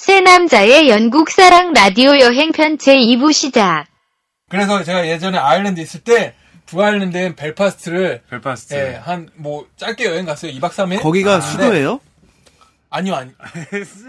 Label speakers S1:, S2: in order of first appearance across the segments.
S1: 상남자의 영국 사랑 라디오 여행편 제2부 시작.
S2: 그래서 제가 예전에 아일랜드 있을 때 북아일랜드인 벨파스트를
S3: 벨파스트.
S2: 예, 한 뭐 짧게 여행 갔어요. 2박 3일.
S4: 네. 거기가 수도예요?
S2: 아니요, 아니.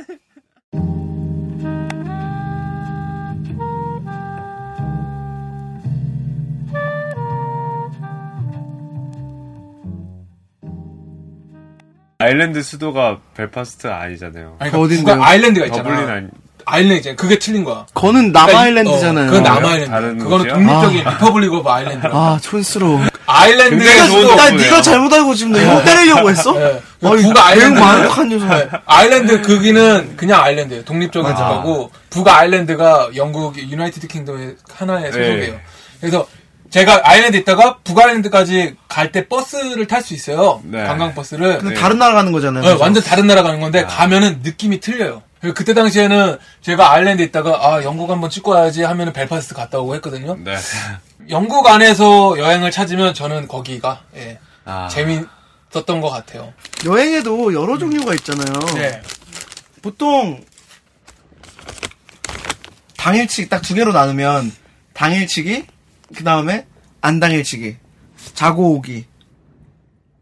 S3: 아일랜드 수도가 벨파스트 아니잖아요.
S2: 아니
S4: 그 어딘데요?
S2: 북아- 아일랜드가
S3: 더블린
S2: 있잖아.
S3: 아니.
S2: 아일랜드 있잖아. 그게 틀린 거야.
S4: 거는 남아일랜드잖아요.
S2: 그러니까 어, 그건
S3: 다른
S2: 남아일랜드. 그거는
S3: 곳이요?
S2: 독립적인 리퍼블릭 오브 아일랜드.
S4: 아, 촌스러워.
S2: 아일랜드의
S3: 굉장히 좋은
S2: 수도.
S4: 난
S3: 덕분이에요.
S4: 네가 잘못 알고 지금 나 이거 때리려고 했어?
S2: 예. 그
S4: 아니,
S2: 북아
S4: 매우
S2: 아일랜드. 네.
S4: 만족한 요소.
S2: 아일랜드 거기는 그냥 아일랜드예요. 독립적인 국가고 북아 아일랜드가 영국 유나이티드 킹덤의 하나의 소속이에요.
S3: 네.
S2: 그래서 제가 아일랜드 있다가 북아일랜드까지 갈 때 버스를 탈 수 있어요.
S3: 네.
S2: 관광 버스를.
S4: 근데 다른 나라 가는 거잖아요.
S2: 네,
S4: 그렇죠. 그죠? 아.
S2: 완전 다른 나라 가는 건데 가면은 느낌이 틀려요. 그리고 그때 당시에는 제가 아일랜드 있다가 아 영국 한번 찍고 와야지 하면은 벨파스트 갔다 오고 했거든요.
S3: 네.
S2: 영국 안에서 여행을 찾으면 저는 거기가 예,
S3: 아.
S2: 재미있었던 것 같아요.
S4: 여행에도 여러 종류가 있잖아요.
S2: 네.
S4: 보통 당일치기 딱 두 개로 나누면 당일치기 그 다음에 안 당일치기 자고 오기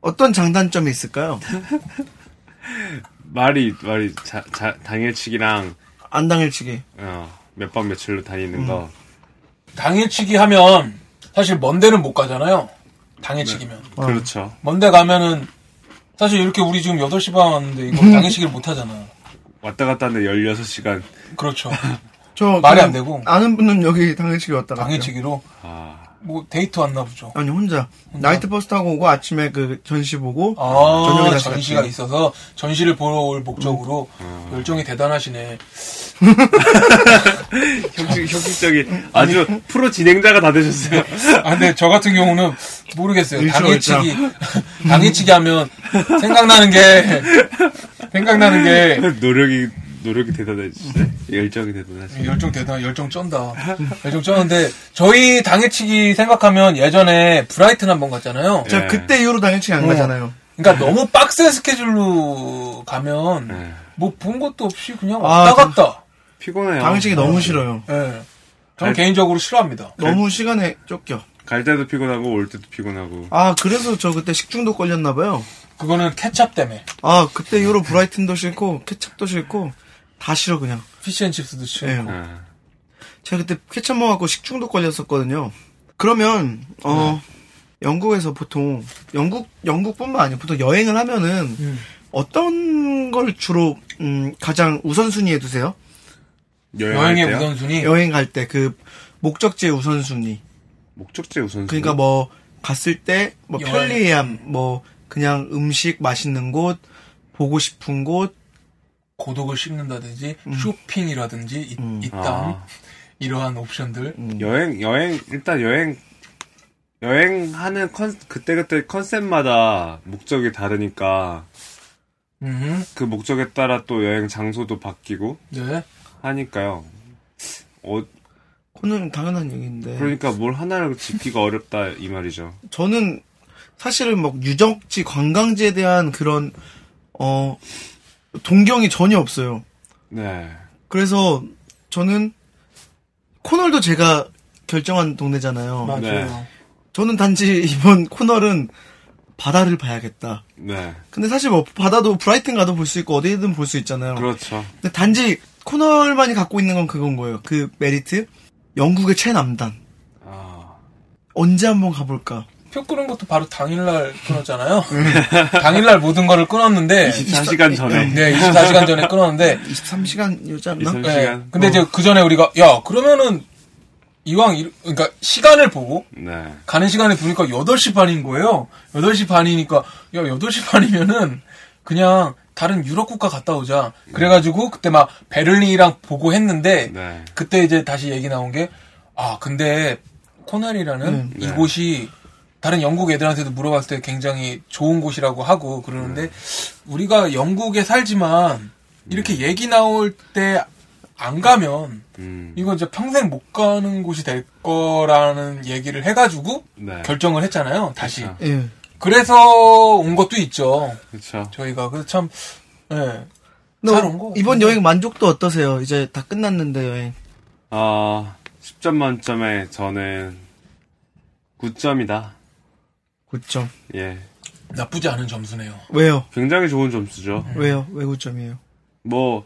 S4: 어떤 장단점이 있을까요?
S3: 말이 말이 자, 자, 당일치기랑
S4: 안 당일치기
S3: 어, 몇 밤 며칠로 다니는
S2: 음.
S3: 거.
S2: 당일치기 하면 사실 먼 데는 못 가잖아요. 당일치기면.
S4: 네.
S3: 그렇죠.
S2: 먼 데 가면은 사실 이렇게 우리 지금 8시 반 왔는데 이거 당일치기를 못 하잖아요.
S3: 왔다 갔다 하는데 16시간.
S2: 그렇죠.
S4: 저
S2: 말이 안
S4: 그냥
S2: 되고.
S4: 아는 분은 여기 당일치기 왔다 갔대요.
S2: 당일치기로
S3: 아.
S2: 뭐 데이트 왔나 보죠.
S4: 아니 혼자. 나이트 버스 타고 오고 아침에 그 전시 보고 저녁에
S2: 아,
S4: 다시
S2: 전시가
S4: 갔지.
S2: 있어서 전시를 보러 올 목적으로
S4: 음. 아.
S2: 열정이 대단하시네. 어.
S3: 형식, 형식적인 아주 프로 진행자가 다 되셨어요.
S2: 아, 근데 저 같은 경우는 모르겠어요.
S4: 일주일
S2: 당일치기, 당일치기 하면 생각나는 게, 생각나는 게
S3: 노력이 노력이 대단하시네. 열정이 대단하시네.
S2: 열정 대단, 열정 쩐다. 열정 쩌는데, 저희 당일치기 생각하면 예전에 브라이튼 한 번 갔잖아요.
S4: 저
S3: 예.
S4: 그때 이후로 당일치기 안
S2: 어.
S4: 가잖아요.
S2: 그러니까 너무 빡센 스케줄로 가면,
S3: 네.
S2: 뭐 본 것도 없이 그냥
S4: 아,
S2: 왔다
S4: 저-
S2: 갔다.
S3: 피곤해요.
S4: 당일치기 너무 싫어요.
S2: 예. 저는
S3: 알-
S2: 개인적으로 싫어합니다.
S4: 너무 시간에 쫓겨.
S3: 갈 때도 피곤하고 올 때도 피곤하고.
S4: 아 그래서 저 그때 식중독 걸렸나 봐요.
S2: 그거는 케찹 때문에.
S4: 아 그때 이후로 브라이튼도 싫고 케첩도 싫고 다 싫어 그냥.
S2: 피쉬앤칩스도
S4: 예.
S2: 싫고.
S3: 아.
S4: 제가 그때 케첩 먹어갖고 식중독 걸렸었거든요. 그러면
S2: 네.
S4: 어 영국에서 보통 영국 영국뿐만 아니라 보통 여행을 하면은
S2: 음.
S4: 어떤 걸 주로 음, 가장 우선순위에 두세요?
S3: 여행할
S2: 여행의
S3: 때요?
S2: 우선순위.
S4: 네. 여행 갈 때 그 목적지의 우선순위.
S3: 목적지 우선.
S4: 그러니까 뭐 갔을 때 뭐
S2: 여행.
S4: 편리함, 뭐 그냥 음식 맛있는 곳, 보고 싶은 곳,
S2: 고독을 씹는다든지
S4: 음.
S2: 쇼핑이라든지 이, 이땅
S3: 아.
S2: 이러한 옵션들
S3: 여행 여행 일단 여행 여행하는 컨 그때 그때 컨셉마다 목적이 다르니까
S2: 음,
S3: 그 목적에 따라 또 여행 장소도 바뀌고
S2: 네
S3: 하니까요. 어
S4: 그거는 당연한 얘기인데.
S3: 그러니까 뭘 하나를 짓기가 어렵다 이 말이죠.
S4: 저는 사실은 막 유적지 관광지에 대한 그런 어 동경이 전혀 없어요.
S3: 네.
S4: 그래서 저는 코널도 제가 결정한 동네잖아요.
S2: 맞아요
S3: 네.
S4: 저는 단지 이번 코널은 바다를 봐야겠다.
S3: 네.
S4: 근데 사실 뭐 바다도 브라이튼 가도 볼 수 있고 어디든 볼 수 있잖아요.
S3: 그렇죠.
S4: 근데 단지 코널만이 갖고 있는 건 그건 거예요. 그 메리트. 영국의 최남단.
S3: 아.
S4: 언제 한번 가볼까?
S2: 표 끊은 것도 바로 당일날 끊었잖아요 당일날 모든 거를 끊었는데
S3: 24시간 전에
S2: 네 24시간 전에 끊었는데
S4: 23시간이었지 않나?
S3: 23
S2: 네,
S3: 시간. 어.
S2: 근데 이제 그 전에 우리가 야 그러면은 이왕 이, 그러니까 시간을 보고
S3: 네.
S2: 가는 시간을 보니까 8시 반인 거예요 8시 반이니까 야 8시 반이면은 그냥 다른 유럽 국가 갔다 오자 그래가지고 그때 막 베를린이랑 보고 했는데
S3: 네.
S2: 그때 이제 다시 얘기 나온 게, 아, 근데, 코넬이라는
S3: 네.
S2: 이곳이, 다른 영국 애들한테도 물어봤을 때 굉장히 좋은 곳이라고 하고 그러는데,
S3: 음.
S2: 우리가 영국에 살지만, 이렇게 얘기 나올 때 안 가면,
S3: 음.
S2: 이건 진짜 평생 못 가는 곳이 될 거라는 얘기를 해가지고,
S3: 네. 그렇죠.
S2: 결정을 했잖아요, 다시.
S3: 그쵸.
S4: 예.
S2: 그래서 온 것도 있죠,
S3: 그렇죠.
S2: 저희가. 그래서 참, 예. 잘 온 거.
S4: 이번 여행 만족도 어떠세요? 이제 다 끝났는데 여행.
S3: 아, 10점 만점에 저는 9점이다.
S4: 9점.
S3: 예.
S2: 나쁘지 않은 점수네요.
S4: 왜요?
S3: 굉장히 좋은 점수죠.
S4: 왜요? 왜 9점이에요?
S3: 뭐,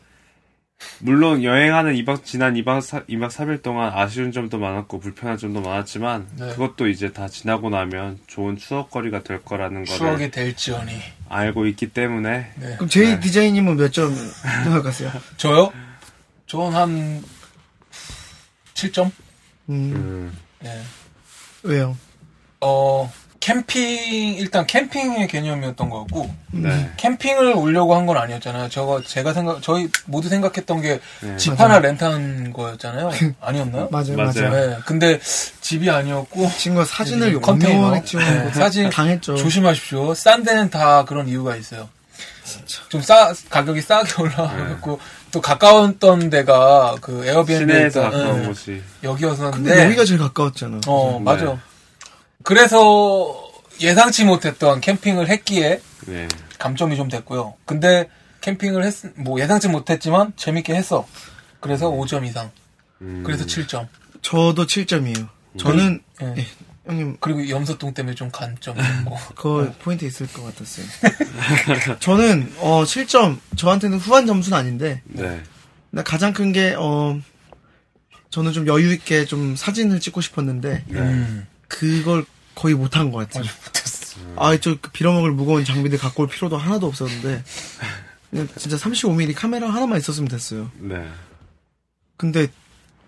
S3: 물론 여행하는 2박, 지난 2박, 4, 2박 3일 동안 아쉬운 점도 많았고 불편한 점도 많았지만,
S2: 네.
S3: 그것도 이제 다 지나고 나면 좋은 추억거리가 될 거라는 거를
S2: 추억이 될지언니.
S3: 알고 있기 때문에,
S2: 네.
S4: 그럼 제이 디자인님은 몇 점 생각하세요?
S2: 저요? 전한 7점?
S4: 음,
S3: 음,
S2: 네.
S4: 왜요?
S2: 어, 캠핑, 일단 캠핑의 개념이었던 것 같고,
S3: 네.
S2: 캠핑을 오려고 한 건 아니었잖아요. 저거, 제가 생각, 저희 모두 생각했던 게
S3: 네.
S2: 집
S4: 맞아요.
S2: 하나 렌트한 거였잖아요. 아니었나요?
S4: 맞아요,
S3: 맞아요.
S4: 맞아요.
S2: 네. 근데 집이 아니었고,
S4: 친구가 사진을
S2: 컨테이너.
S4: 영명하게 찍어놓은
S2: 네,
S4: 거
S2: 사진
S4: 당했죠.
S2: 조심하십시오. 싼 데는 다 그런 이유가 있어요. 좀 싸, 가격이 싸게 올라가고, 또 가까웠던 데가 그 에어비앤비 예,
S3: 시내에서 가까운 곳이.
S2: 여기였었는데.
S4: 근데 여기가 제일 가까웠잖아.
S2: 네. 어,
S3: 네.
S2: 맞아. 그래서 예상치 못했던 캠핑을 했기에
S3: 네.
S2: 감점이 좀 됐고요. 근데 캠핑을 했, 뭐 예상치 못했지만 재밌게 했어. 그래서 5점 이상.
S3: 음,
S2: 그래서 7점.
S4: 저도 7점이에요. 저는
S2: 예.
S4: 예, 형님
S2: 그리고 염소똥 때문에 좀 간점이 있고.
S4: 그
S2: 네.
S4: 포인트 있을 것 같았어요. 저는 어 7점 저한테는 후한 점수는 아닌데
S3: 네.
S4: 나 가장 큰 게 어. 저는 좀 여유 있게 좀 사진을 찍고 싶었는데
S3: 네.
S2: 음.
S4: 그걸 거의 못한 것 같아요.
S2: 못했어.
S4: 아, 저 빌어먹을 무거운 장비들 갖고 올 필요도 하나도 없었는데 그냥 진짜 35mm 카메라 하나만 있었으면 됐어요.
S3: 네.
S4: 근데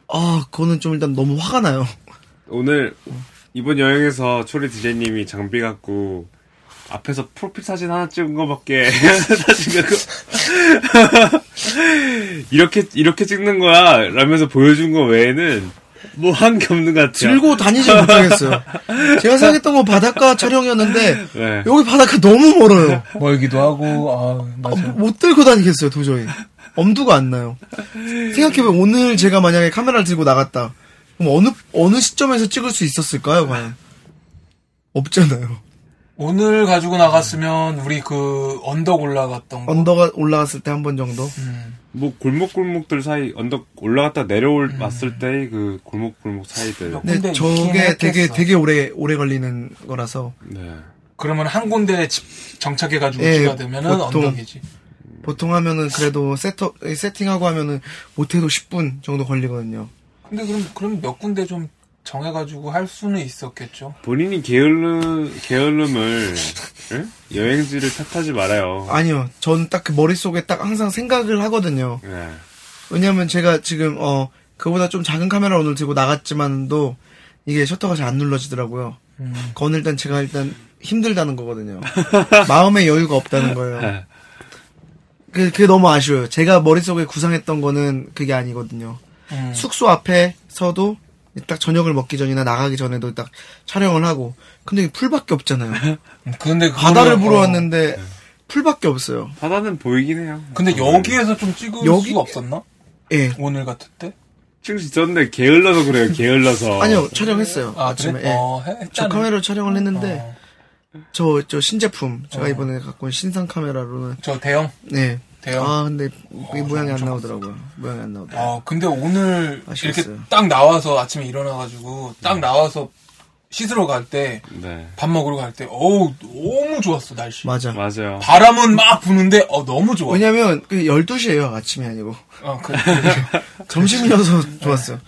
S4: 아, 그거는 좀 일단 너무 화가 나요.
S3: 오늘 이번 여행에서 초리 디제님이 장비 갖고 앞에서 프로필 사진 하나 찍은 거밖에 사진 갖고 이렇게 이렇게 찍는 거야 라면서 보여준 거 외에는 뭐 한 게 없는 것 같아요.
S4: 들고 다니지 못하겠어요. 제가 생각했던 건 바닷가 촬영이었는데
S3: 네.
S4: 여기 바닷가 너무 멀어요.
S2: 멀기도 하고, 아,
S4: 아,
S2: 맞아.
S4: 뭐- 못 들고 다니겠어요, 도저히. 엄두가 안 나요. 생각해보면 오늘 제가 만약에 카메라를 들고 나갔다. 그럼 어느, 어느 시점에서 찍을 수 있었을까요, 과연? 없잖아요.
S2: 오늘 가지고 나갔으면 우리 그 언덕 올라갔던 거.
S4: 언더가 올라갔을 때 한 번 정도.
S2: 음.
S3: 뭐 골목 골목들 사이 언덕 올라갔다 내려올
S2: 음.
S3: 왔을 때 그 골목 골목 사이들.
S2: 근데
S4: 근데 저게
S2: 있긴
S4: 되게,
S2: 했겠어.
S4: 되게 오래, 오래 걸리는 거라서.
S3: 네.
S2: 그러면 한 군데 집- 정착해가지고
S4: 예,
S2: 집가 되면은
S4: 보통.
S2: 언덕이지.
S4: 보통 하면은 그래도 세터, 세팅하고 하면은 못해도 10분 정도 걸리거든요.
S2: 근데 그럼, 그럼 몇 군데 좀 정해가지고 할 수는 있었겠죠.
S3: 본인이 게을름 게을름을 예? 여행지를 탓하지 말아요.
S4: 아니요. 저는 딱 그 머릿속에 딱 항상 생각을 하거든요.
S3: 네.
S4: 왜냐면 제가 지금 어 그보다 좀 작은 카메라 오늘 들고 나갔지만도 이게 셔터가 잘 안 눌러지더라고요.
S2: 음.
S4: 그건 일단 제가 일단 힘들다는 거거든요. 마음의 여유가 없다는 거예요.
S3: 네.
S4: 그, 그게 너무 아쉬워요. 제가 머릿속에 구상했던 거는 그게 아니거든요.
S2: 음.
S4: 숙소 앞에서도 딱 저녁을 먹기 전이나 나가기 전에도 딱 촬영을 하고 근데 이게 풀밖에 없잖아요.
S2: 근데 음, 그거는-
S4: 바다를 보러
S2: 어.
S4: 왔는데 풀밖에 없어요.
S3: 바다는 보이긴 해요. 음.
S2: 근데 여기에서 좀 찍을
S4: 음. 여기-
S2: 수가 없었나?
S4: 예.
S2: 오늘 같을 때?
S3: 찍을 수 있었는데 네, 게을러서 그래요. 게을러서.
S4: 어. 아니요 촬영했어요.
S2: 아,
S4: 아, 침에
S2: 그래? 어, 해-
S4: 저
S2: 했잖아.
S4: 카메라로 촬영을 했는데
S2: 어.
S4: 저 저 신제품 제가 이번에 갖고 온 신상 카메라로는
S2: 저 대형?
S4: 네.
S2: 돼요?
S4: 아 근데 이 모양이 안 나오더라고요. 모양이 안 나오더라고요.
S2: 어, 근데 오늘
S4: 네. 아쉬웠어요. 네.
S2: 이렇게 딱 나와서 아침에 일어나가지고 딱 나와서 씻으러 갈 때 밥
S3: 네.
S2: 먹으러 갈 때 어우 너무 좋았어 날씨
S4: 맞아.
S3: 맞아요.
S2: 바람은 막 부는데 어 너무 좋아
S4: 왜냐면 그 12시예요. 아침이 아니고.
S2: 어, 그, 그-
S4: 점심이어서 좋았어요.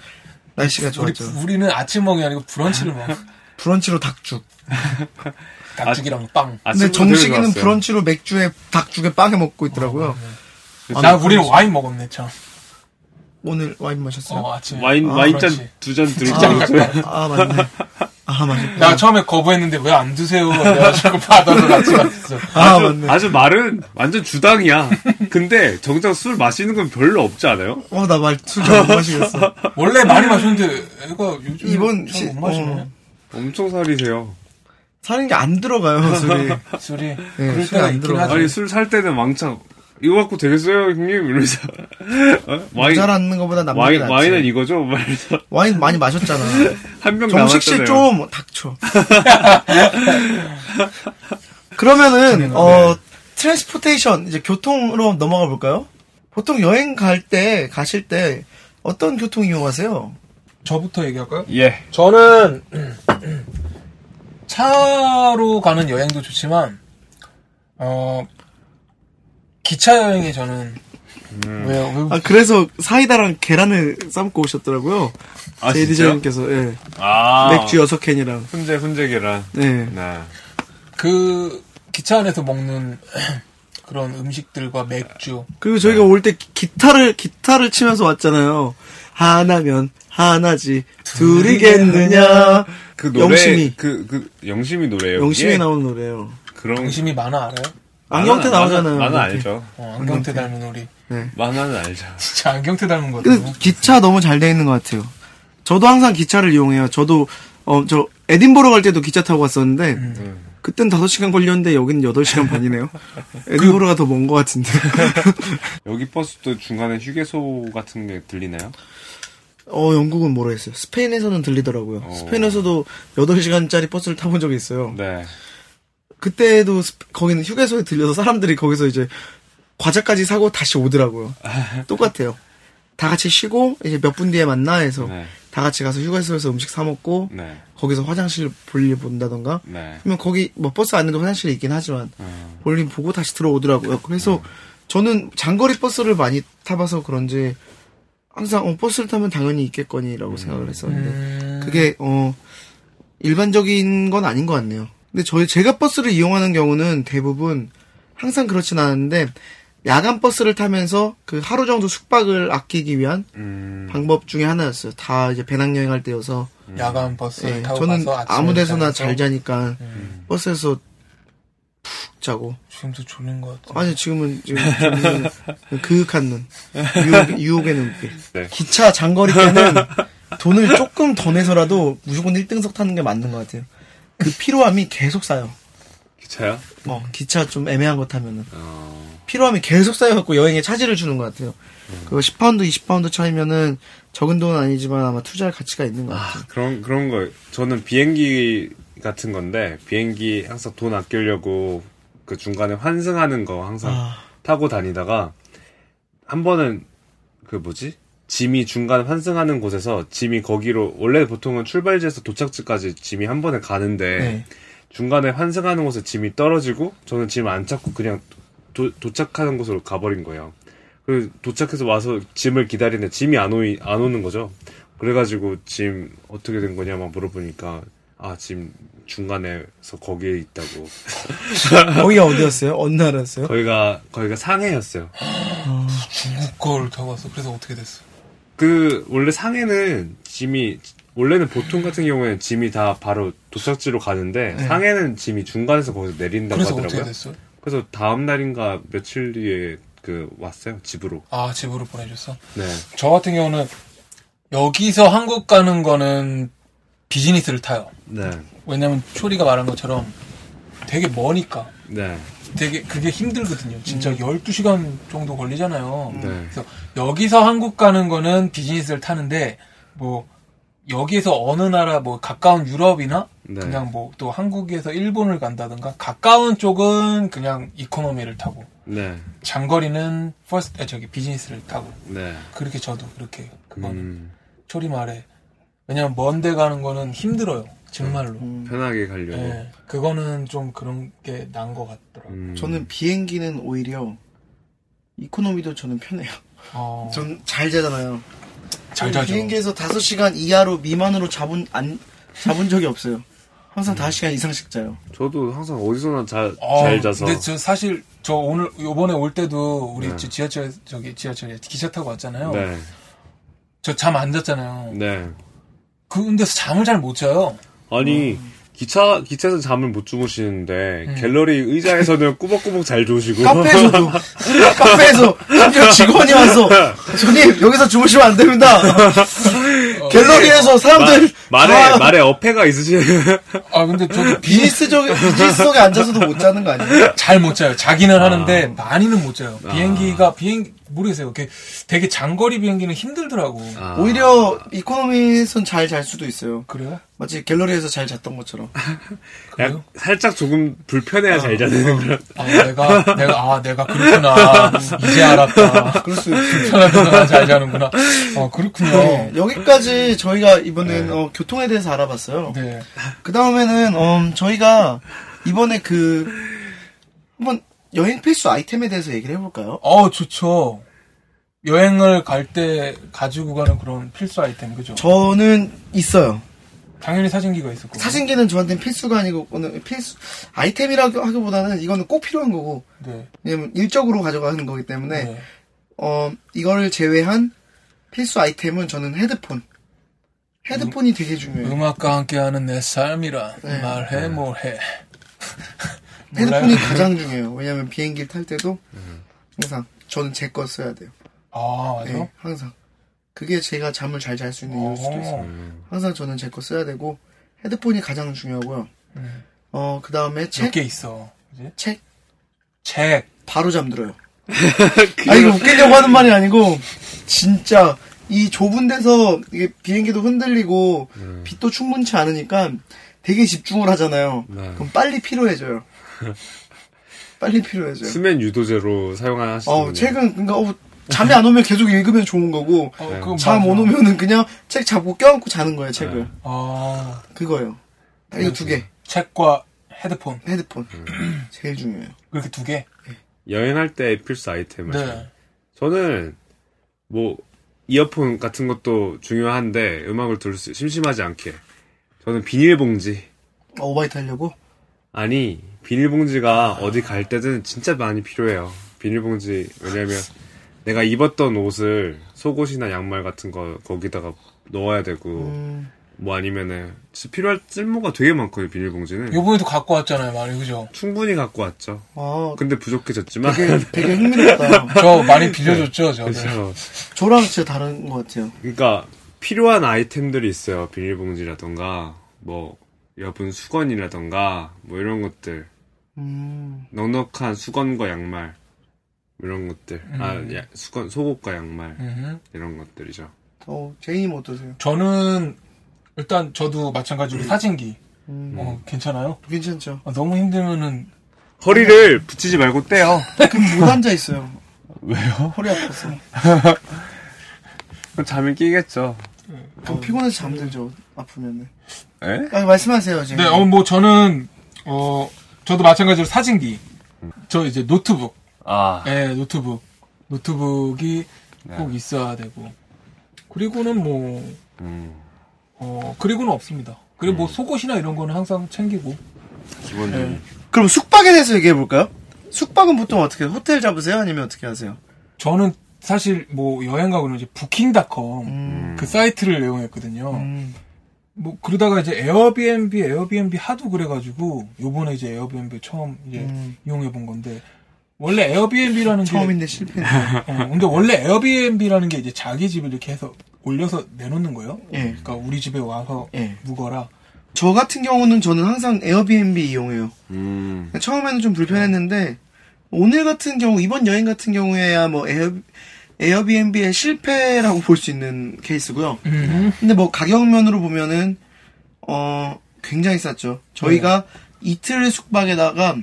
S4: 날씨가
S2: 네. 우리,
S4: 좋았죠.
S2: 우리는 아침 먹이 아니고 브런치를 먹어
S4: 브런치로 닭죽.
S2: 닭죽이랑 빵
S4: 근데
S3: 아침부터 되게
S4: 정식이는
S3: 좋았어요.
S4: 브런치로 맥주에 닭죽에 빵에 먹고 있더라고요.
S3: 아,
S2: 어, 네. 나, 우리는 와인 먹었네, 참.
S4: 오늘 와인 마셨어요?
S2: 어, 아침에.
S3: 와인
S2: 아,
S3: 와인잔
S2: 그렇지.
S3: 두 잔 들고
S2: 직장
S3: 아,
S2: 가까이.
S4: 아 맞네. 아 맞네.
S2: 나 처음에 거부했는데 왜 안 드세요? 그래가지고 받아서 같이 갔어.
S4: 아
S3: 아주,
S4: 맞네.
S3: 아주 말은 완전 주당이야. 근데 정작 술 마시는 건 별로 없지 않아요?
S4: 어나말술잘못 마시겠어.
S2: 원래 많이 마셨는데 애가 요즘
S4: 이번 시-
S2: 잘못 마시네.
S3: 엄청 살이세요.
S4: 사는 게 안 들어가요 술이.
S2: 술이
S4: 술이
S2: 그럴 때가
S4: 안
S2: 있긴
S4: 들어가.
S2: 하지.
S3: 아니 술 살 때는 왕창 이거 갖고 되겠어요 형님 이러면서 어? 와인
S4: 잘 않는 것보다 남는 게
S3: 와인
S4: 낫지.
S3: 와인은 이거죠? 말해서
S4: 와인 많이 마셨잖아.
S3: 한병
S4: 정식 씨
S3: 남았잖아요.
S4: 좀 닥쳐. 네. 그러면은 어 트랜스포테이션 이제 교통으로 넘어가 볼까요? 보통 여행 갈 때 가실 때 어떤 교통 이용하세요?
S2: 저부터 얘기할까요?
S3: 예.
S2: 저는 차로 가는 여행도 좋지만 어 기차 여행이 저는 왜요? 왜-
S4: 아 그래서 사이다랑 계란을 삶고 오셨더라고요.
S3: 아, 진짜요?
S4: 제이디장님께서 예.
S3: 아.
S4: 맥주 여섯 캔이랑
S3: 훈제, 훈제 계란.
S4: 네.
S3: 네.
S2: 그 기차 안에서 먹는 그런 음식들과 맥주
S4: 그리고 저희가
S3: 네.
S4: 올 때 기타를 기타를 치면서 왔잖아요. 하나면 하나지 둘이겠느냐.
S3: 그 노래.
S4: 영심이
S3: 그, 그, 영심이 노래예요
S4: 영심이
S3: 그게?
S4: 나오는 노래예요.
S3: 그런.
S2: 중심이 많아 알아요?
S4: 안경태
S3: 만화-
S4: 나오잖아요.
S3: 만화
S4: 이렇게.
S3: 알죠.
S2: 어, 안경테 닮은 우리
S3: 만화는 알죠.
S2: 진짜 안경테 닮은 거 같아요.
S4: 그 기차 너무 잘 돼 있는 것 같아요. 저도 항상 기차를 이용해요. 저도 어 저 에딘버러 갈 때도 기차 타고 갔었는데
S3: 음.
S4: 그땐 5시간 걸렸는데 여기는 8시간 반이네요. 에딘버러가 더 먼 것 같은데.
S3: 여기 버스도 중간에 휴게소 같은 게 들리나요?
S4: 어 영국은 모르겠어요. 스페인에서는 들리더라고요.
S3: 어.
S4: 스페인에서도 8시간짜리 버스를 타본 적이 있어요.
S3: 네.
S4: 그때도 스페- 거기는 휴게소에 들려서 사람들이 거기서 이제 과자까지 사고 다시 오더라고요. 똑같아요. 다 같이 쉬고 이제 몇 분 뒤에 만나 해서
S3: 네.
S4: 다 같이 가서 휴게소에서 음식 사 먹고
S3: 네.
S4: 거기서 화장실 볼일 본다던가
S3: 네.
S4: 그러면 거기 뭐 버스 안에도 화장실이 있긴 하지만
S3: 아.
S4: 볼일 보고 다시 들어오더라고요. 그래서
S3: 네.
S4: 저는 장거리 버스를 많이 타봐서 그런지 항상 어, 버스를 타면 당연히 있겠거니라고 생각을 했었는데
S2: 음.
S4: 그게 어 일반적인 건 아닌 것 같네요. 근데 저희 제가 버스를 이용하는 경우는 대부분 항상 그렇진 않은데 야간 버스를 타면서 그 하루 정도 숙박을 아끼기 위한
S3: 음.
S4: 방법 중에 하나였어요. 다 이제 배낭여행 할 때여서
S2: 야간 버스를
S4: 예,
S2: 타고
S4: 저는
S2: 가서 아침에
S4: 아무 데서나
S2: 일어나서 음.
S4: 잘 자니까 버스에서 푹 자고
S2: 지금도 졸린 것 같아.
S4: 아니 지금은 지금 졸리는 그윽한 눈 유혹, 유혹의 눈빛
S3: 네.
S4: 기차 장거리 때는 돈을 조금 더 내서라도 무조건 1등석 타는 게 맞는 것 같아요 그 피로함이 계속 쌓여
S3: 기차요?
S4: 어, 기차 좀 애매한 거 타면은
S3: 어.
S4: 피로함이 계속 쌓여갖고 여행에 차질을 주는 것 같아요
S3: 음.
S4: 그거 10파운드 20파운드 차이면은 적은 돈은 아니지만 아마 투자할 가치가 있는 것 같아요
S3: 그런 그런 거 저는 비행기 같은 건데 비행기 항상 돈 아끼려고 그 중간에 환승하는 거 항상
S4: 아.
S3: 타고 다니다가 한 번은 그 뭐지 짐이 중간 환승하는 곳에서 짐이 거기로 원래 보통은 출발지에서 도착지까지 짐이 한 번에 가는데
S4: 네.
S3: 중간에 환승하는 곳에 짐이 떨어지고 저는 짐 안 찾고 그냥 도, 도착하는 곳으로 가버린 거예요. 그 도착해서 와서 짐을 기다리는데 짐이 안, 오이, 안 오는 거죠. 그래가지고 짐 어떻게 된 거냐 막 물어보니까 아 짐 중간에서 거기에 있다고
S4: 거기가 어디였어요? 어느 나라였어요?
S3: 아. 거기가 거기가 상해였어요.
S2: 중국 걸 타고 왔어. 그래서 어떻게 됐어?
S3: 그 원래 상해는 짐이 원래는 보통 같은 경우에는 짐이 다 바로 도착지로 가는데 상해는 짐이 중간에서 거기서 내린다고
S2: 네. 그래서
S3: 하더라고요.
S2: 어떻게 됐어?
S3: 그래서 다음 날인가 며칠 뒤에 그 왔어요 집으로.
S2: 아 집으로 보내줬어.
S3: 네.
S2: 저 같은 경우는 여기서 한국 가는 거는 비즈니스를 타요.
S3: 네.
S2: 왜냐면 초리가 말한 것처럼 되게 머니까
S3: 네.
S2: 되게 그게 힘들거든요. 진짜 12시간 정도 걸리잖아요.
S3: 음. 네.
S2: 그래서 여기서 한국 가는 거는 비즈니스를 타는데 뭐 여기에서 어느 나라 뭐 가까운 유럽이나
S3: 네.
S2: 그냥 뭐 또 한국에서 일본을 간다든가 가까운 쪽은 그냥 이코노미를 타고
S3: 네.
S2: 장거리는 퍼스트 아, 저기 비즈니스를 타고
S3: 네.
S2: 그렇게 저도 그렇게 그거는
S3: 음,
S2: 초리 말해 왜냐면 먼 데 가는 거는 힘들어요 정말로
S3: 음.
S4: 음.
S3: 편하게 가려고.
S2: 예, 그거는 좀 그런 게 난 것 같더라고요
S3: 네. 음,
S4: 저는 비행기는 오히려 이코노미도 저는 편해요.
S2: 어,
S4: 전 잘 자잖아요.
S2: 잘
S4: 저는
S2: 자죠
S4: 비행기에서 5시간 이하로 미만으로 잡은 안 잡은 적이 없어요. 항상 5시간 이상씩 자요.
S3: 저도 항상 어디서나 잘,
S2: 어,
S4: 아,
S3: 잘 자서.
S2: 근데 저 사실 저 오늘 요번에 올 때도 우리
S3: 네.
S2: 저 지하철 저기 지하철 기차 타고 왔잖아요
S3: 네.
S2: 저 잠 안 잤잖아요
S3: 네.
S2: 그 근데서 잠을 잘 못 자요
S3: 아니,
S4: 음.
S3: 기차, 기차에서 잠을 못 주무시는데, 갤러리 의자에서는 꾸벅꾸벅 잘 주무시고.
S4: 카페에서도 카페에서 심지어 직원이 와서 손님 여기서 주무시면 안 됩니다.
S2: 어,
S4: 갤러리에서 사람들
S3: 마, 말에
S4: 다
S3: 말에 어폐가 있으신
S2: 아 근데 저도
S4: 비즈니스적 비즈니스 속에 앉아서도 못 자는 거 아니에요?
S2: 잘 못 자요. 자기는 하는데 많이는 못 자요. 비행기가 비행 모르겠어요. 이렇게 되게 장거리 비행기는 힘들더라고.
S3: 아,
S4: 오히려 이코노미에선 잘 잘 수도 있어요.
S2: 그래요?
S4: 마치 갤러리에서 잘 잤던 것처럼.
S2: 그래요?
S3: 약- 살짝 조금 불편해야 잘 자는 그런
S2: 아, 내가 내가 아 내가 그렇구나 이제 알았다.
S4: 그럴 수 있어요.
S2: 불편하구나 잘 자는구나. 어 그렇군요.
S4: 네, 여기까지 저희가 이번엔
S3: 네.
S4: 어, 교통에 대해서 알아봤어요.
S2: 네.
S4: 그 다음에는 음, 저희가 이번에 그 한번 여행 필수 아이템에 대해서 얘기를 해볼까요?
S2: 어 좋죠. 여행을 갈 때 가지고 가는 그런 필수 아이템 그죠?
S4: 저는 있어요.
S2: 당연히 사진기가 있었고.
S4: 사진기는 저한테는 필수가 아니고 오늘 필수 아이템이라고 하기보다는 이거는 꼭 필요한 거고
S2: 네.
S4: 왜냐면 일적으로 가져가는 거기 때문에
S2: 네.
S4: 어 이거를 제외한 필수 아이템은 저는 헤드폰. 헤드폰이 되게 중요해요.
S2: 음. 네. 음악과 함께하는 내 삶이란
S4: 네.
S2: 말해 뭘해.
S4: 헤드폰이
S2: 몰라요.
S4: 가장 중요해요. 왜냐면 비행기를 탈 때도 항상 저는 제 거 써야 돼요.
S2: 아 맞아.
S4: 네, 항상. 그게 제가 잠을 잘 잘 수 있는 이유일 수도 있어요.
S2: 어,
S4: 항상 저는 제 거 써야 되고 헤드폰이 가장 중요하고요. 어, 그다음에 책,
S2: 몇개 있어. 그지?
S4: 책
S2: 책.
S4: 바로 잠들어요. 아 이거 웃기려고 하는 말이 아니고 진짜 이 좁은 데서 이게 비행기도 흔들리고 빛도 충분치 않으니까 되게 집중을 하잖아요.
S3: 네.
S4: 그럼 빨리 피로해져요. 빨리 피로해져요.
S3: 수면 네. 유도제로 사용하시는
S4: 어, 책은 그러니까 어, 잠이 안 오면 계속 읽으면 좋은 거고
S2: 어,
S3: 네.
S2: 그건
S4: 잠
S2: 맞아.
S4: 안 오면은 그냥 책 잡고 껴안고 자는 거예요. 책을
S3: 네.
S2: 아,
S4: 그거요. 예 이거 두 개.
S2: 책과 헤드폰.
S4: 헤드폰
S2: 음.
S4: 제일 중요해요.
S2: 이렇게 두 개?
S3: 여행할 때 필수 아이템을
S2: 네.
S3: 저는 뭐 이어폰 같은 것도 중요한데 음악을 들을 수 심심하지 않게 저는 비닐봉지
S4: 아, 오바이트 하려고?
S3: 아니 비닐봉지가 어디 갈 때든 진짜 많이 필요해요 비닐봉지 왜냐면 내가 입었던 옷을 속옷이나 양말 같은 거 거기다가 넣어야 되고
S4: 음,
S3: 뭐 아니면은 진짜 필요할 쓸모가 되게 많거든요 비닐봉지는
S2: 요번에도 갖고 왔잖아요, 많이. 그죠?
S3: 충분히 갖고 왔죠
S4: 아,
S3: 근데 부족해졌지만
S4: 되게, 되게 흥미롭다.
S2: 저 많이 빌려줬죠, 저. 네.
S3: 그래서
S4: 저랑 진짜 다른 것 같아요.
S3: 그러니까 필요한 아이템들이 있어요. 비닐봉지라던가 뭐 여분 수건이라던가 뭐 이런 것들
S4: 음,
S3: 넉넉한 수건과 양말 이런 것들 아 야- 수건 속옷과 양말
S2: 음.
S3: 이런 것들이죠.
S4: 어, 제이님 어떠세요?
S2: 저는, 일단 저도 마찬가지로 사진기.
S4: 음,
S2: 어, 괜찮아요?
S4: 괜찮죠?
S2: 아, 너무 힘들면은.
S3: 허리를 붙이지 말고 떼요.
S4: 그럼 못 앉아있어요.
S2: 왜요?
S4: 허리 아파서. 어,
S3: 그럼 잠이 끼겠죠.
S2: 어.
S4: 그럼 피곤해서 잠들죠. 아프면.
S3: 에?
S4: 아, 말씀하세요, 지금.
S2: 네, 어, 뭐 저는, 어, 저도 마찬가지로 사진기. 저 이제 노트북.
S3: 아
S2: 예, 노트북. 노트북이 꼭 있어야 되고. 그리고는 뭐,
S3: 음,
S2: 어, 그리고는 없습니다. 그리고 뭐 속옷이나 이런 거는 항상 챙기고.
S3: 기본적인
S4: 그럼 숙박에 대해서 얘기해볼까요? 숙박은 보통 어떻게, 해요? 호텔 잡으세요? 아니면 어떻게 하세요?
S2: 저는 사실 뭐 여행 가고 이제 부킹닷컴
S4: 음.
S2: 그 사이트를 이용했거든요.
S4: 음.
S2: 뭐 그러다가 이제 에어비앤비 에어비앤비 하도 그래가지고 요번에 이제 에어비앤비 처음 이제
S4: 음.
S2: 이용해 본 건데 원래 에어비앤비라는 게
S4: 처음인데 실패했네.
S2: 어, 근데 원래 에어비앤비라는 게 이제 자기 집을 이렇게 해서 올려서 내놓는 거예요.
S4: 예.
S2: 그러니까 우리 집에 와서
S4: 예.
S2: 묵어라.
S4: 저 같은 경우는 저는 항상 에어비앤비 이용해요.
S3: 음,
S4: 처음에는 좀 불편했는데 오늘 같은 경우 이번 여행 같은 경우에야 뭐 에어 에어비앤비의 실패라고 볼 수 있는 케이스고요. 근데 뭐 가격면으로 보면은 어 굉장히 쌌죠. 저희가 이틀 숙박에다가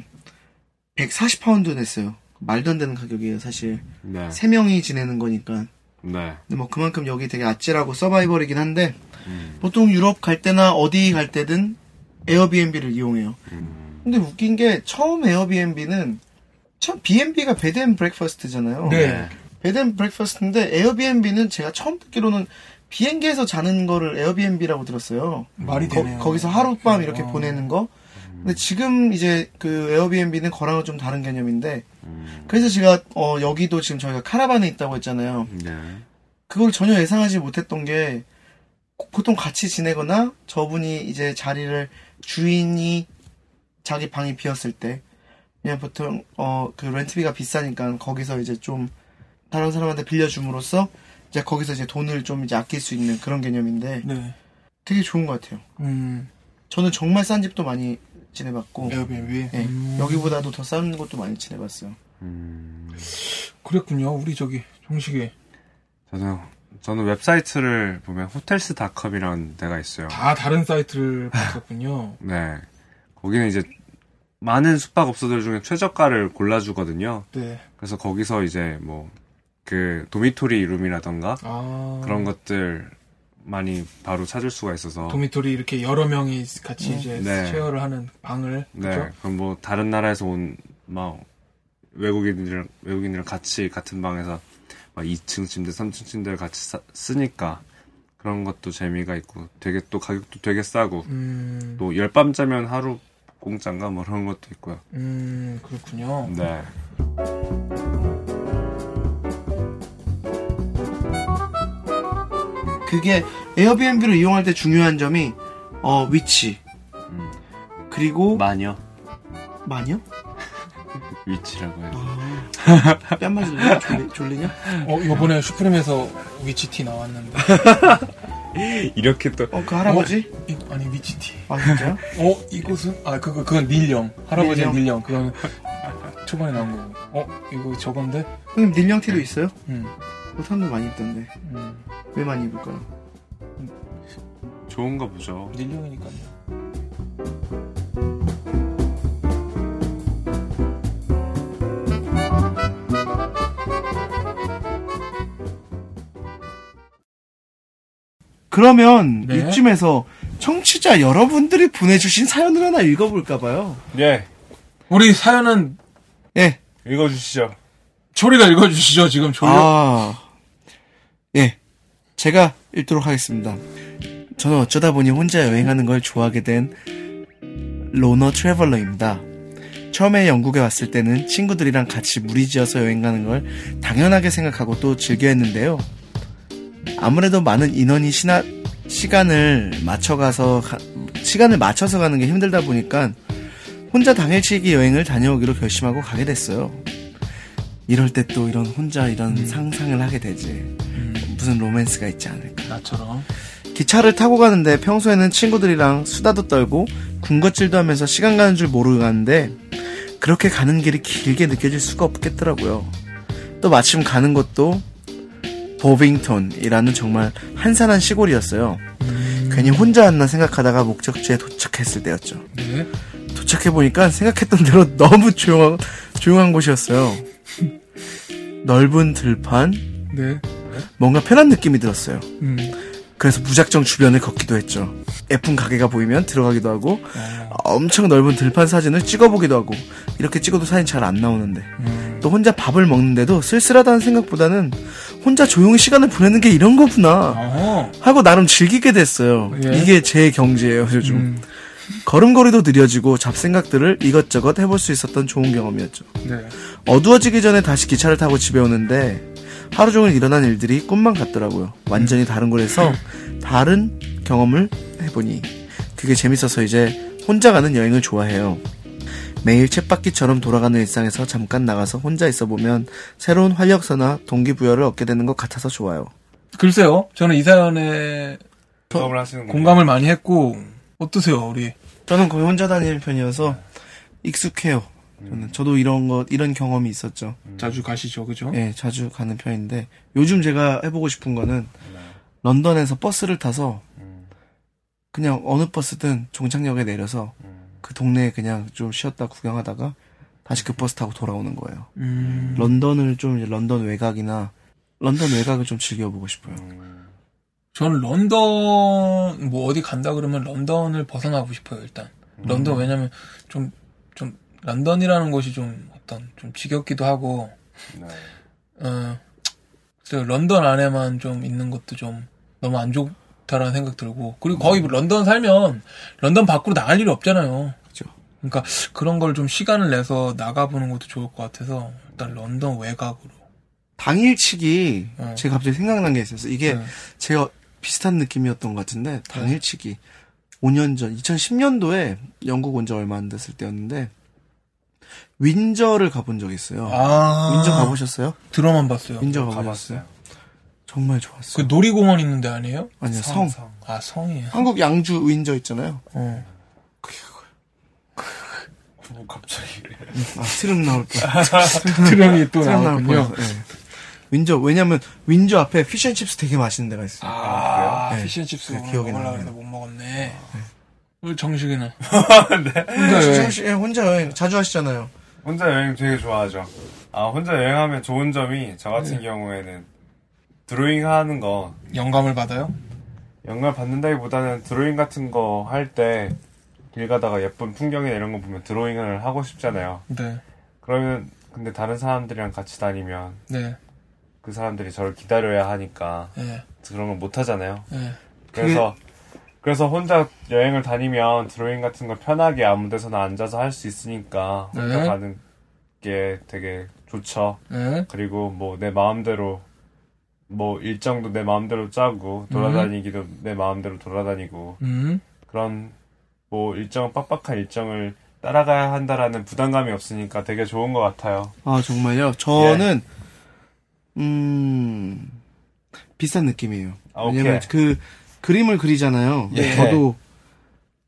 S4: 140파운드 냈어요. 말도 안 되는 가격이에요, 사실.
S3: 네,
S4: 세 명이 지내는 거니까.
S3: 네,
S4: 근데 뭐 그만큼 여기 되게 아찔하고 서바이벌이긴 한데 보통 유럽 갈 때나 어디 갈 때든 에어비앤비를 이용해요. 근데 웃긴 게 처음 에어비앤비는 참 B&B가 베드앤 브렉퍼스트잖아요.
S2: 네.
S4: 베드앤 브렉퍼스트인데 에어비앤비는 제가 처음 듣기로는 비행기에서 자는 거를 에어비앤비라고 들었어요.
S2: 말이 되네요.
S4: 거, 기서 하룻밤 이렇게
S2: 어.
S4: 보내는 거. 근데 지금 이제 그 에어비앤비는 거랑은 좀 다른 개념인데 그래서 제가 어, 여기도 지금 저희가 카라반에 있다고 했잖아요.
S3: 네.
S4: 그걸 전혀 예상하지 못했던 게 고- 보통 같이 지내거나 저분이 이제 자리를 주인이 자기 방이 비었을 때 그냥 보통 어 그 렌트비가 비싸니까 거기서 이제 좀 다른 사람한테 빌려줌으로써 이제 거기서 이제 돈을 좀 이제 아낄 수 있는 그런 개념인데
S2: 네.
S4: 되게 좋은 것 같아요.
S2: 음.
S4: 저는 정말 싼 집도 많이 지내봤고
S2: 에어비앤비.
S4: 예,
S2: 음.
S4: 여기보다도 더 싼 것도 많이 지내봤어요.
S5: 음.
S2: 그랬군요. 우리 저기 정식이
S5: 저는 저는 웹사이트를 보면 호텔스닷컴이라는 데가 있어요.
S2: 다 다른 사이트를 봤었군요.
S5: 네. 거기는 이제 많은 숙박업소들 중에 최저가를 골라주거든요.
S2: 네.
S5: 그래서 거기서 이제 뭐 그 도미토리 룸이라던가
S2: 아.
S5: 그런 것들 많이 바로 찾을 수가 있어서
S2: 도미토리 이렇게 여러 명이 같이 이제
S5: 네.
S2: 쉐어를 하는 방을
S5: 네
S2: 그렇죠?
S5: 그럼 뭐 다른 나라에서 온 막 외국인들이랑 외국인이랑 같이 같은 방에서 막 2층 침대, 3층 침대를 같이 사- 쓰니까 그런 것도 재미가 있고 되게 또 가격도 되게 싸고
S2: 음,
S5: 또 열밤 자면 하루 공짜인가 뭐 그런 것도 있고요.
S2: 음, 그렇군요.
S5: 네.
S4: 그게 에어비앤비를 이용할 때 중요한 점이 어, 위치
S5: 음.
S4: 그리고
S5: 마녀
S4: 마녀?
S5: 위치라고 해요.
S4: 뺨 맞으면 졸리, 졸리냐?
S2: 어, 요번에 슈프림에서 위치티 나왔는데.
S3: 이렇게 또
S4: 어, 그 할아버지?
S2: 이- 아니, 위치티.
S4: 아, 진짜요?
S2: 어, 이곳은? 아, 그거, 그건 닐령. 할아버지
S4: 닐령.
S2: 닐령. 그건 초반에 나온 거고. 어, 이거 저건데?
S4: 형님, 닐령티도 있어요?
S2: 음,
S4: 뭐, 사람들 많이 입던데.
S2: 음.
S4: 왜 많이 입을까요?
S5: 좋은가 보죠.
S2: 닐령이니까요.
S4: 그러면
S2: 네.
S4: 이쯤에서 청취자 여러분들이 보내주신 사연을 하나 읽어볼까봐요.
S3: 예
S2: 우리 사연은
S4: 예,
S3: 읽어주시죠.
S2: 초리가 읽어주시죠, 지금 초리.
S4: 아, 예. 제가 읽도록 하겠습니다. 저는 어쩌다 보니 혼자 여행하는 걸 좋아하게 된 로너 트래블러입니다. 처음에 영국에 왔을 때는 친구들이랑 같이 무리지어서 여행 가는 걸 당연하게 생각하고 또 즐겨 했는데요. 아무래도 많은 인원이 시나, 시간을 맞춰가서 가- 시간을 맞춰서 가는 게 힘들다 보니까 혼자 당일치기 여행을 다녀오기로 결심하고 가게 됐어요. 이럴 때 또 이런 혼자 이런 상상을 하게 되지. 무슨 로맨스가 있지 않을까.
S2: 나처럼.
S4: 기차를 타고 가는데 평소에는 친구들이랑 수다도 떨고 군것질도 하면서 시간 가는 줄 모르고 가는데 그렇게 가는 길이 길게 느껴질 수가 없겠더라고요. 또 마침 가는 곳도 버빙턴이라는 정말 한산한 시골이었어요. 괜히 혼자 왔나 생각하다가 목적지에 도착했을 때였죠.
S2: 네.
S4: 도착해 보니까 생각했던 대로 너무 조용한 조용한 곳이었어요. 넓은 들판,
S2: 네.
S4: 뭔가 편한 느낌이 들었어요.
S2: 음.
S4: 그래서 무작정 주변을 걷기도 했죠. 예쁜 가게가 보이면 들어가기도 하고 엄청 넓은 들판 사진을 찍어보기도 하고 이렇게 찍어도 사진 잘 안 나오는데
S2: 음.
S4: 또 혼자 밥을 먹는데도 쓸쓸하다는 생각보다는 혼자 조용히 시간을 보내는 게 이런 거구나
S2: 어허.
S4: 하고 나름 즐기게 됐어요.
S2: 예.
S4: 이게 제 경지예요 요즘.
S2: 음.
S4: 걸음걸이도 느려지고 잡생각들을 이것저것 해볼 수 있었던 좋은 경험이었죠.
S2: 네.
S4: 어두워지기 전에 다시 기차를 타고 집에 오는데 하루 종일 일어난 일들이 꿈만 같더라고요. 완전히 다른 곳에서 다른 경험을 해보니 그게 재밌어서 이제 혼자 가는 여행을 좋아해요. 매일 쳇바퀴처럼 돌아가는 일상에서 잠깐 나가서 혼자 있어 보면 새로운 활력소나 동기부여를 얻게 되는 것 같아서 좋아요.
S2: 글쎄요. 저는 이 사연에
S3: 공감을 하시는
S2: 공감을 많이 했고, 어떠세요, 우리?
S4: 저는 거의 혼자 다니는 편이어서 익숙해요. 저는 저도 이런 것 이런 경험이 있었죠.
S2: 자주 가시죠, 그죠?
S4: 예, 자주 가는 편인데 요즘 제가 해보고 싶은 거는 런던에서 버스를 타서 그냥 어느 버스든 종착역에 내려서 그 동네에 그냥 좀 쉬었다 구경하다가 다시 그 버스 타고 돌아오는 거예요.
S2: 음.
S4: 런던을 좀 이제 런던 외곽이나 런던 외곽을 좀 즐겨보고 싶어요.
S2: 저는 런던 뭐 어디 간다 그러면 런던을 벗어나고 싶어요 일단 런던 왜냐면 좀 좀 런던이라는 곳이 좀 어떤 좀 지겹기도 하고
S5: 네.
S2: 어 글쎄요, 런던 안에만 좀 있는 것도 좀 너무 안 좋다라는 생각 들고 그리고 거의 런던 살면 런던 밖으로 나갈 일이 없잖아요
S4: 그죠.
S2: 그러니까 그런 걸 좀 시간을 내서 나가보는 것도 좋을 것 같아서 일단 런던 외곽으로
S4: 당일치기
S2: 어.
S4: 제가 갑자기 생각난 게 있어서 이게
S2: 네.
S4: 제가 비슷한 느낌이었던 것 같은데 당일치기 5년 전 2010년도에 영국 온 지 얼마 안 됐을 때였는데 윈저를 가본 적이 있어요.
S2: 아
S4: 윈저 가보셨어요?
S2: 들어만 봤어요
S4: 윈저 네, 가보셨어요?
S3: 가봤어요.
S4: 정말 좋았어요.
S2: 그 놀이공원 있는데 아니에요?
S4: 아니요, 성.
S2: 아 성이에요.
S4: 한국 양주 의인저 있잖아요.
S2: 어.
S3: 뭐 갑자기
S4: 아, 트름 나올 때.
S2: 트럼이 또
S4: 트름 나올
S2: 나왔군요.
S4: 뻔. 예. 윈저 왜냐면 윈저 앞에 피쉬앤칩스 되게 맛있는 데가 있어요.
S2: 아,
S4: 네.
S2: 피시앤칩스
S4: 네, 기억이
S2: 먹으려고
S4: 나네요.
S2: 했는데 못 먹었네. 우리 정식이는. 네.
S4: 혼자
S2: 여행.
S4: 여행. 예, 혼자 여행 자주 하시잖아요.
S3: 혼자 여행 되게 좋아하죠. 아 혼자 여행하면 좋은 점이 저 같은
S2: 네.
S3: 경우에는 드로잉 하는 거
S2: 영감을 받아요?
S3: 영감 받는다기보다는 드로잉 같은 거 할 때 길 가다가 예쁜 풍경이나 이런 거 보면 드로잉을 하고 싶잖아요.
S2: 네.
S3: 그러면 근데 다른 사람들이랑 같이 다니면
S2: 네.
S3: 그 사람들이 저를 기다려야 하니까
S2: 예.
S3: 그런 걸 못 하잖아요.
S2: 예.
S3: 그래서 그래서 혼자 여행을 다니면 드로잉 같은 걸 편하게 아무 데서나 앉아서 할 수 있으니까 혼자
S2: 네.
S3: 가는 게 되게 좋죠.
S2: 예.
S3: 그리고 뭐 내 마음대로 뭐 일정도 내 마음대로 짜고 돌아다니기도 내 마음대로 돌아다니고
S2: 음.
S3: 그런 뭐 일정 빡빡한 일정을 따라가야 한다라는 부담감이 없으니까 되게 좋은 것 같아요.
S4: 아 정말요? 저는 음 비슷한 느낌이에요.
S3: 아,
S4: 왜냐면
S3: 오케이.
S4: 그 그림을 그리잖아요.
S3: 예.
S4: 저도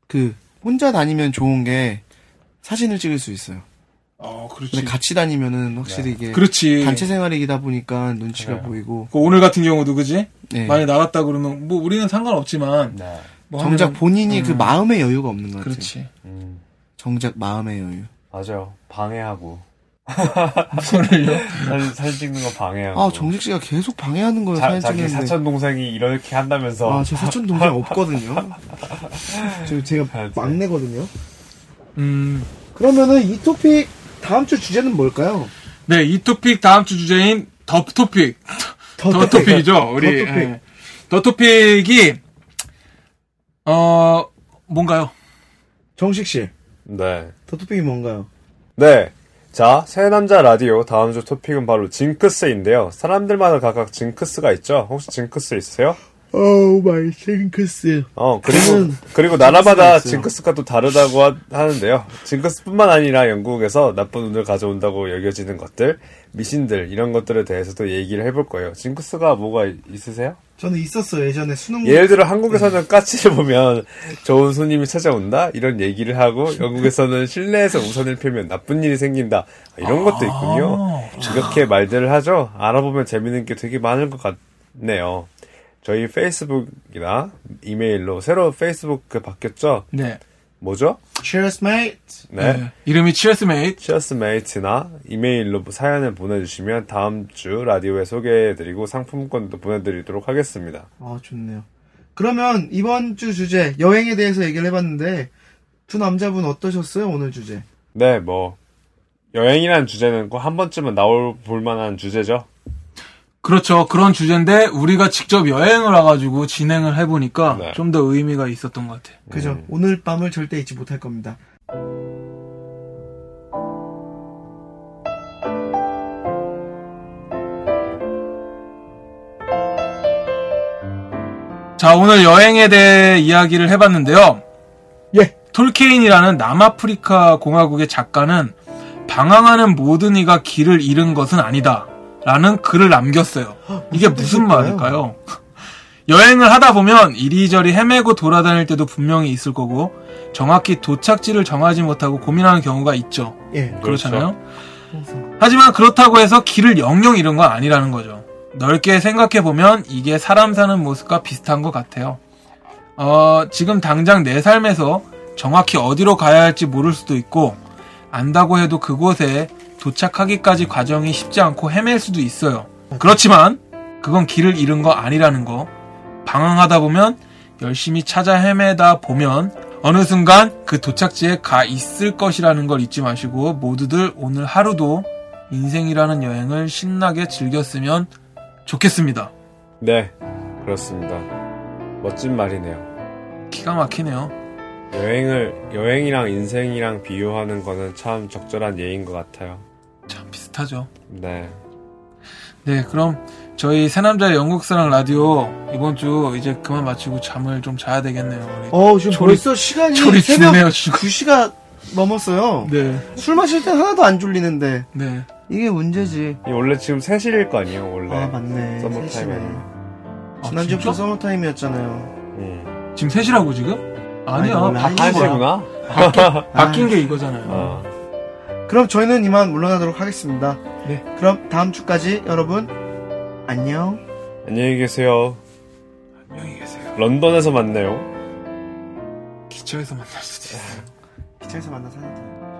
S4: 그 혼자 다니면 좋은 게 사진을 찍을 수 있어요.
S2: 어,
S4: 근데
S2: 그렇지.
S4: 같이 다니면은 확실히 이게
S2: 그렇지.
S4: 단체 생활이다 보니까 눈치가 보이고
S2: 그 오늘 같은 경우도 그지?
S4: 네.
S2: 많이 나갔다 그러면 뭐 우리는 상관없지만
S3: 네.
S2: 뭐
S4: 정작
S2: 하면은-
S4: 본인이 그 마음의 여유가 없는 것 같아요.
S2: 그렇지.
S3: 음,
S4: 정작 마음의 여유.
S3: 맞아요. 방해하고
S2: 그걸요.
S3: 사진, 사진 찍는 거 방해하고.
S4: 아 정직 씨가 계속 방해하는 거예요.
S3: 뭐. 자,
S4: 사진
S3: 자기
S4: 찍는데.
S3: 사촌 동생이 이렇게 한다면서
S4: 아, 제 사촌 동생 없거든요. 저 제가
S3: 알지.
S4: 막내거든요.
S2: 음.
S4: 그러면은 이 토픽 다음 주 주제는 뭘까요?
S2: 네, 이 토픽 다음 주 주제인 더 토픽. 더 토픽이죠. 우리
S4: 더 토픽.
S2: 예. 더 토픽이 어 뭔가요?
S4: 정식 씨,
S3: 네.
S4: 더 토픽이 뭔가요?
S3: 네. 자, 새 남자 라디오 다음 주 토픽은 바로 징크스인데요. 사람들마다 각각 징크스가 있죠. 혹시 징크스 있으세요?
S2: Oh
S4: 오 마이 싱크스.
S3: 어, 그리고,
S4: 저는
S3: 그리고 나라마다
S4: 있어요.
S3: 징크스가 또 다르다고 하, 하는데요. 징크스뿐만 아니라 영국에서 나쁜 운을 가져온다고 여겨지는 것들, 미신들, 이런 것들에 대해서도 얘기를 해볼 거예요. 징크스가 뭐가 이- 있으세요?
S4: 저는 있었어요 예전에 수능.
S3: 예를 들어 한국에서는 까치를 보면 좋은 손님이 찾아온다 이런 얘기를 하고 영국에서는 실내에서 우산을 펴면 나쁜 일이 생긴다 아, 이런 것도 있군요 이렇게 말들을 하죠 알아보면 재밌는 게 되게 많을 것 같네요 저희 페이스북이나 이메일로 새로 페이스북 그 바뀌었죠
S2: 네.
S3: 뭐죠
S4: Cheers, mate.
S3: 네
S2: 네. 이름이 치어스메이트.
S3: 치어스메이트나 이메일로 사연을 보내주시면 다음 주 라디오에 소개해드리고 상품권도 보내드리도록 하겠습니다
S4: 아 좋네요. 그러면 이번 주 주제 여행에 대해서 얘기를 해봤는데 두 남자분 어떠셨어요 오늘 주제?
S3: 네, 뭐 여행이라는 주제는 꼭 한 번쯤은 나올 볼만한 주제죠.
S2: 그렇죠. 그런 주제인데 우리가 직접 여행을 와가지고 진행을 해보니까
S3: 네.
S2: 좀 더 의미가 있었던 것 같아요.
S4: 그죠? 오늘 밤을 절대 잊지 못할 겁니다.
S2: 자, 오늘 여행에 대해 이야기를 해봤는데요.
S4: 예.
S2: 톨케인이라는 남아프리카 공화국의 작가는 방황하는 모든 이가 길을 잃은 것은 아니다. 라는 글을 남겼어요. 이게 무슨 말일까요? 여행을 하다 보면 이리저리 헤매고 돌아다닐 때도 분명히 있을 거고 정확히 도착지를 정하지 못하고 고민하는 경우가 있죠.
S4: 예.
S2: 그렇잖아요.
S4: 항상.
S2: 하지만 그렇다고 해서 길을 영영 잃은 건 아니라는 거죠. 넓게 생각해 보면 이게 사람 사는 모습과 비슷한 것 같아요. 어, 지금 당장 내 삶에서 정확히 어디로 가야 할지 모를 수도 있고, 안다고 해도 그곳에 도착하기까지 과정이 쉽지 않고 헤맬 수도 있어요. 그렇지만, 그건 길을 잃은 거 아니라는 거. 방황하다 보면, 열심히 찾아 헤매다 보면, 어느 순간 그 도착지에 가 있을 것이라는 걸 잊지 마시고, 모두들 오늘 하루도 인생이라는 여행을 신나게 즐겼으면 좋겠습니다.
S3: 네, 그렇습니다. 멋진 말이네요.
S2: 기가 막히네요.
S3: 여행을 여행이랑 인생이랑 비교하는 거는 참 적절한 예인 것 같아요.
S2: 참 비슷하죠.
S3: 네,
S2: 네, 그럼 저희 새남자 영국사랑 라디오 이번 주 이제 그만 마치고 잠을 좀 자야 되겠네요. 우리.
S4: 어 지금
S2: 초리-
S4: 벌써 시간이
S2: 초리
S4: 새벽
S2: 죽네요, 지금.
S4: 9시가 넘었어요.
S2: 네,
S4: 술 마실 땐 하나도 안 졸리는데
S2: 네.
S4: 이게 문제지.
S3: 이 원래 지금 3시일 거 아니에요, 원래.
S4: 아 맞네.
S3: 서머
S4: 세심해. 아,
S3: 타임에.
S4: 지난주부터
S2: 아, 진짜?
S4: 서머타임이었잖아요.
S3: 음.
S2: 지금 셋이라고 지금? 아니야
S4: 아니, 원래
S2: 바뀐 거야. 음.
S5: 하얀색이구나.
S2: 바뀐 게 이거잖아요.
S5: 어.
S4: 그럼 저희는 이만 물러나도록 하겠습니다.
S2: 네.
S4: 그럼 다음 주까지 여러분 안녕.
S5: 안녕히 계세요.
S2: 안녕히 계세요.
S5: 런던에서 만나요.
S2: 기차에서 만날 수도 있어요.
S4: 기차에서 만나서 하나 더.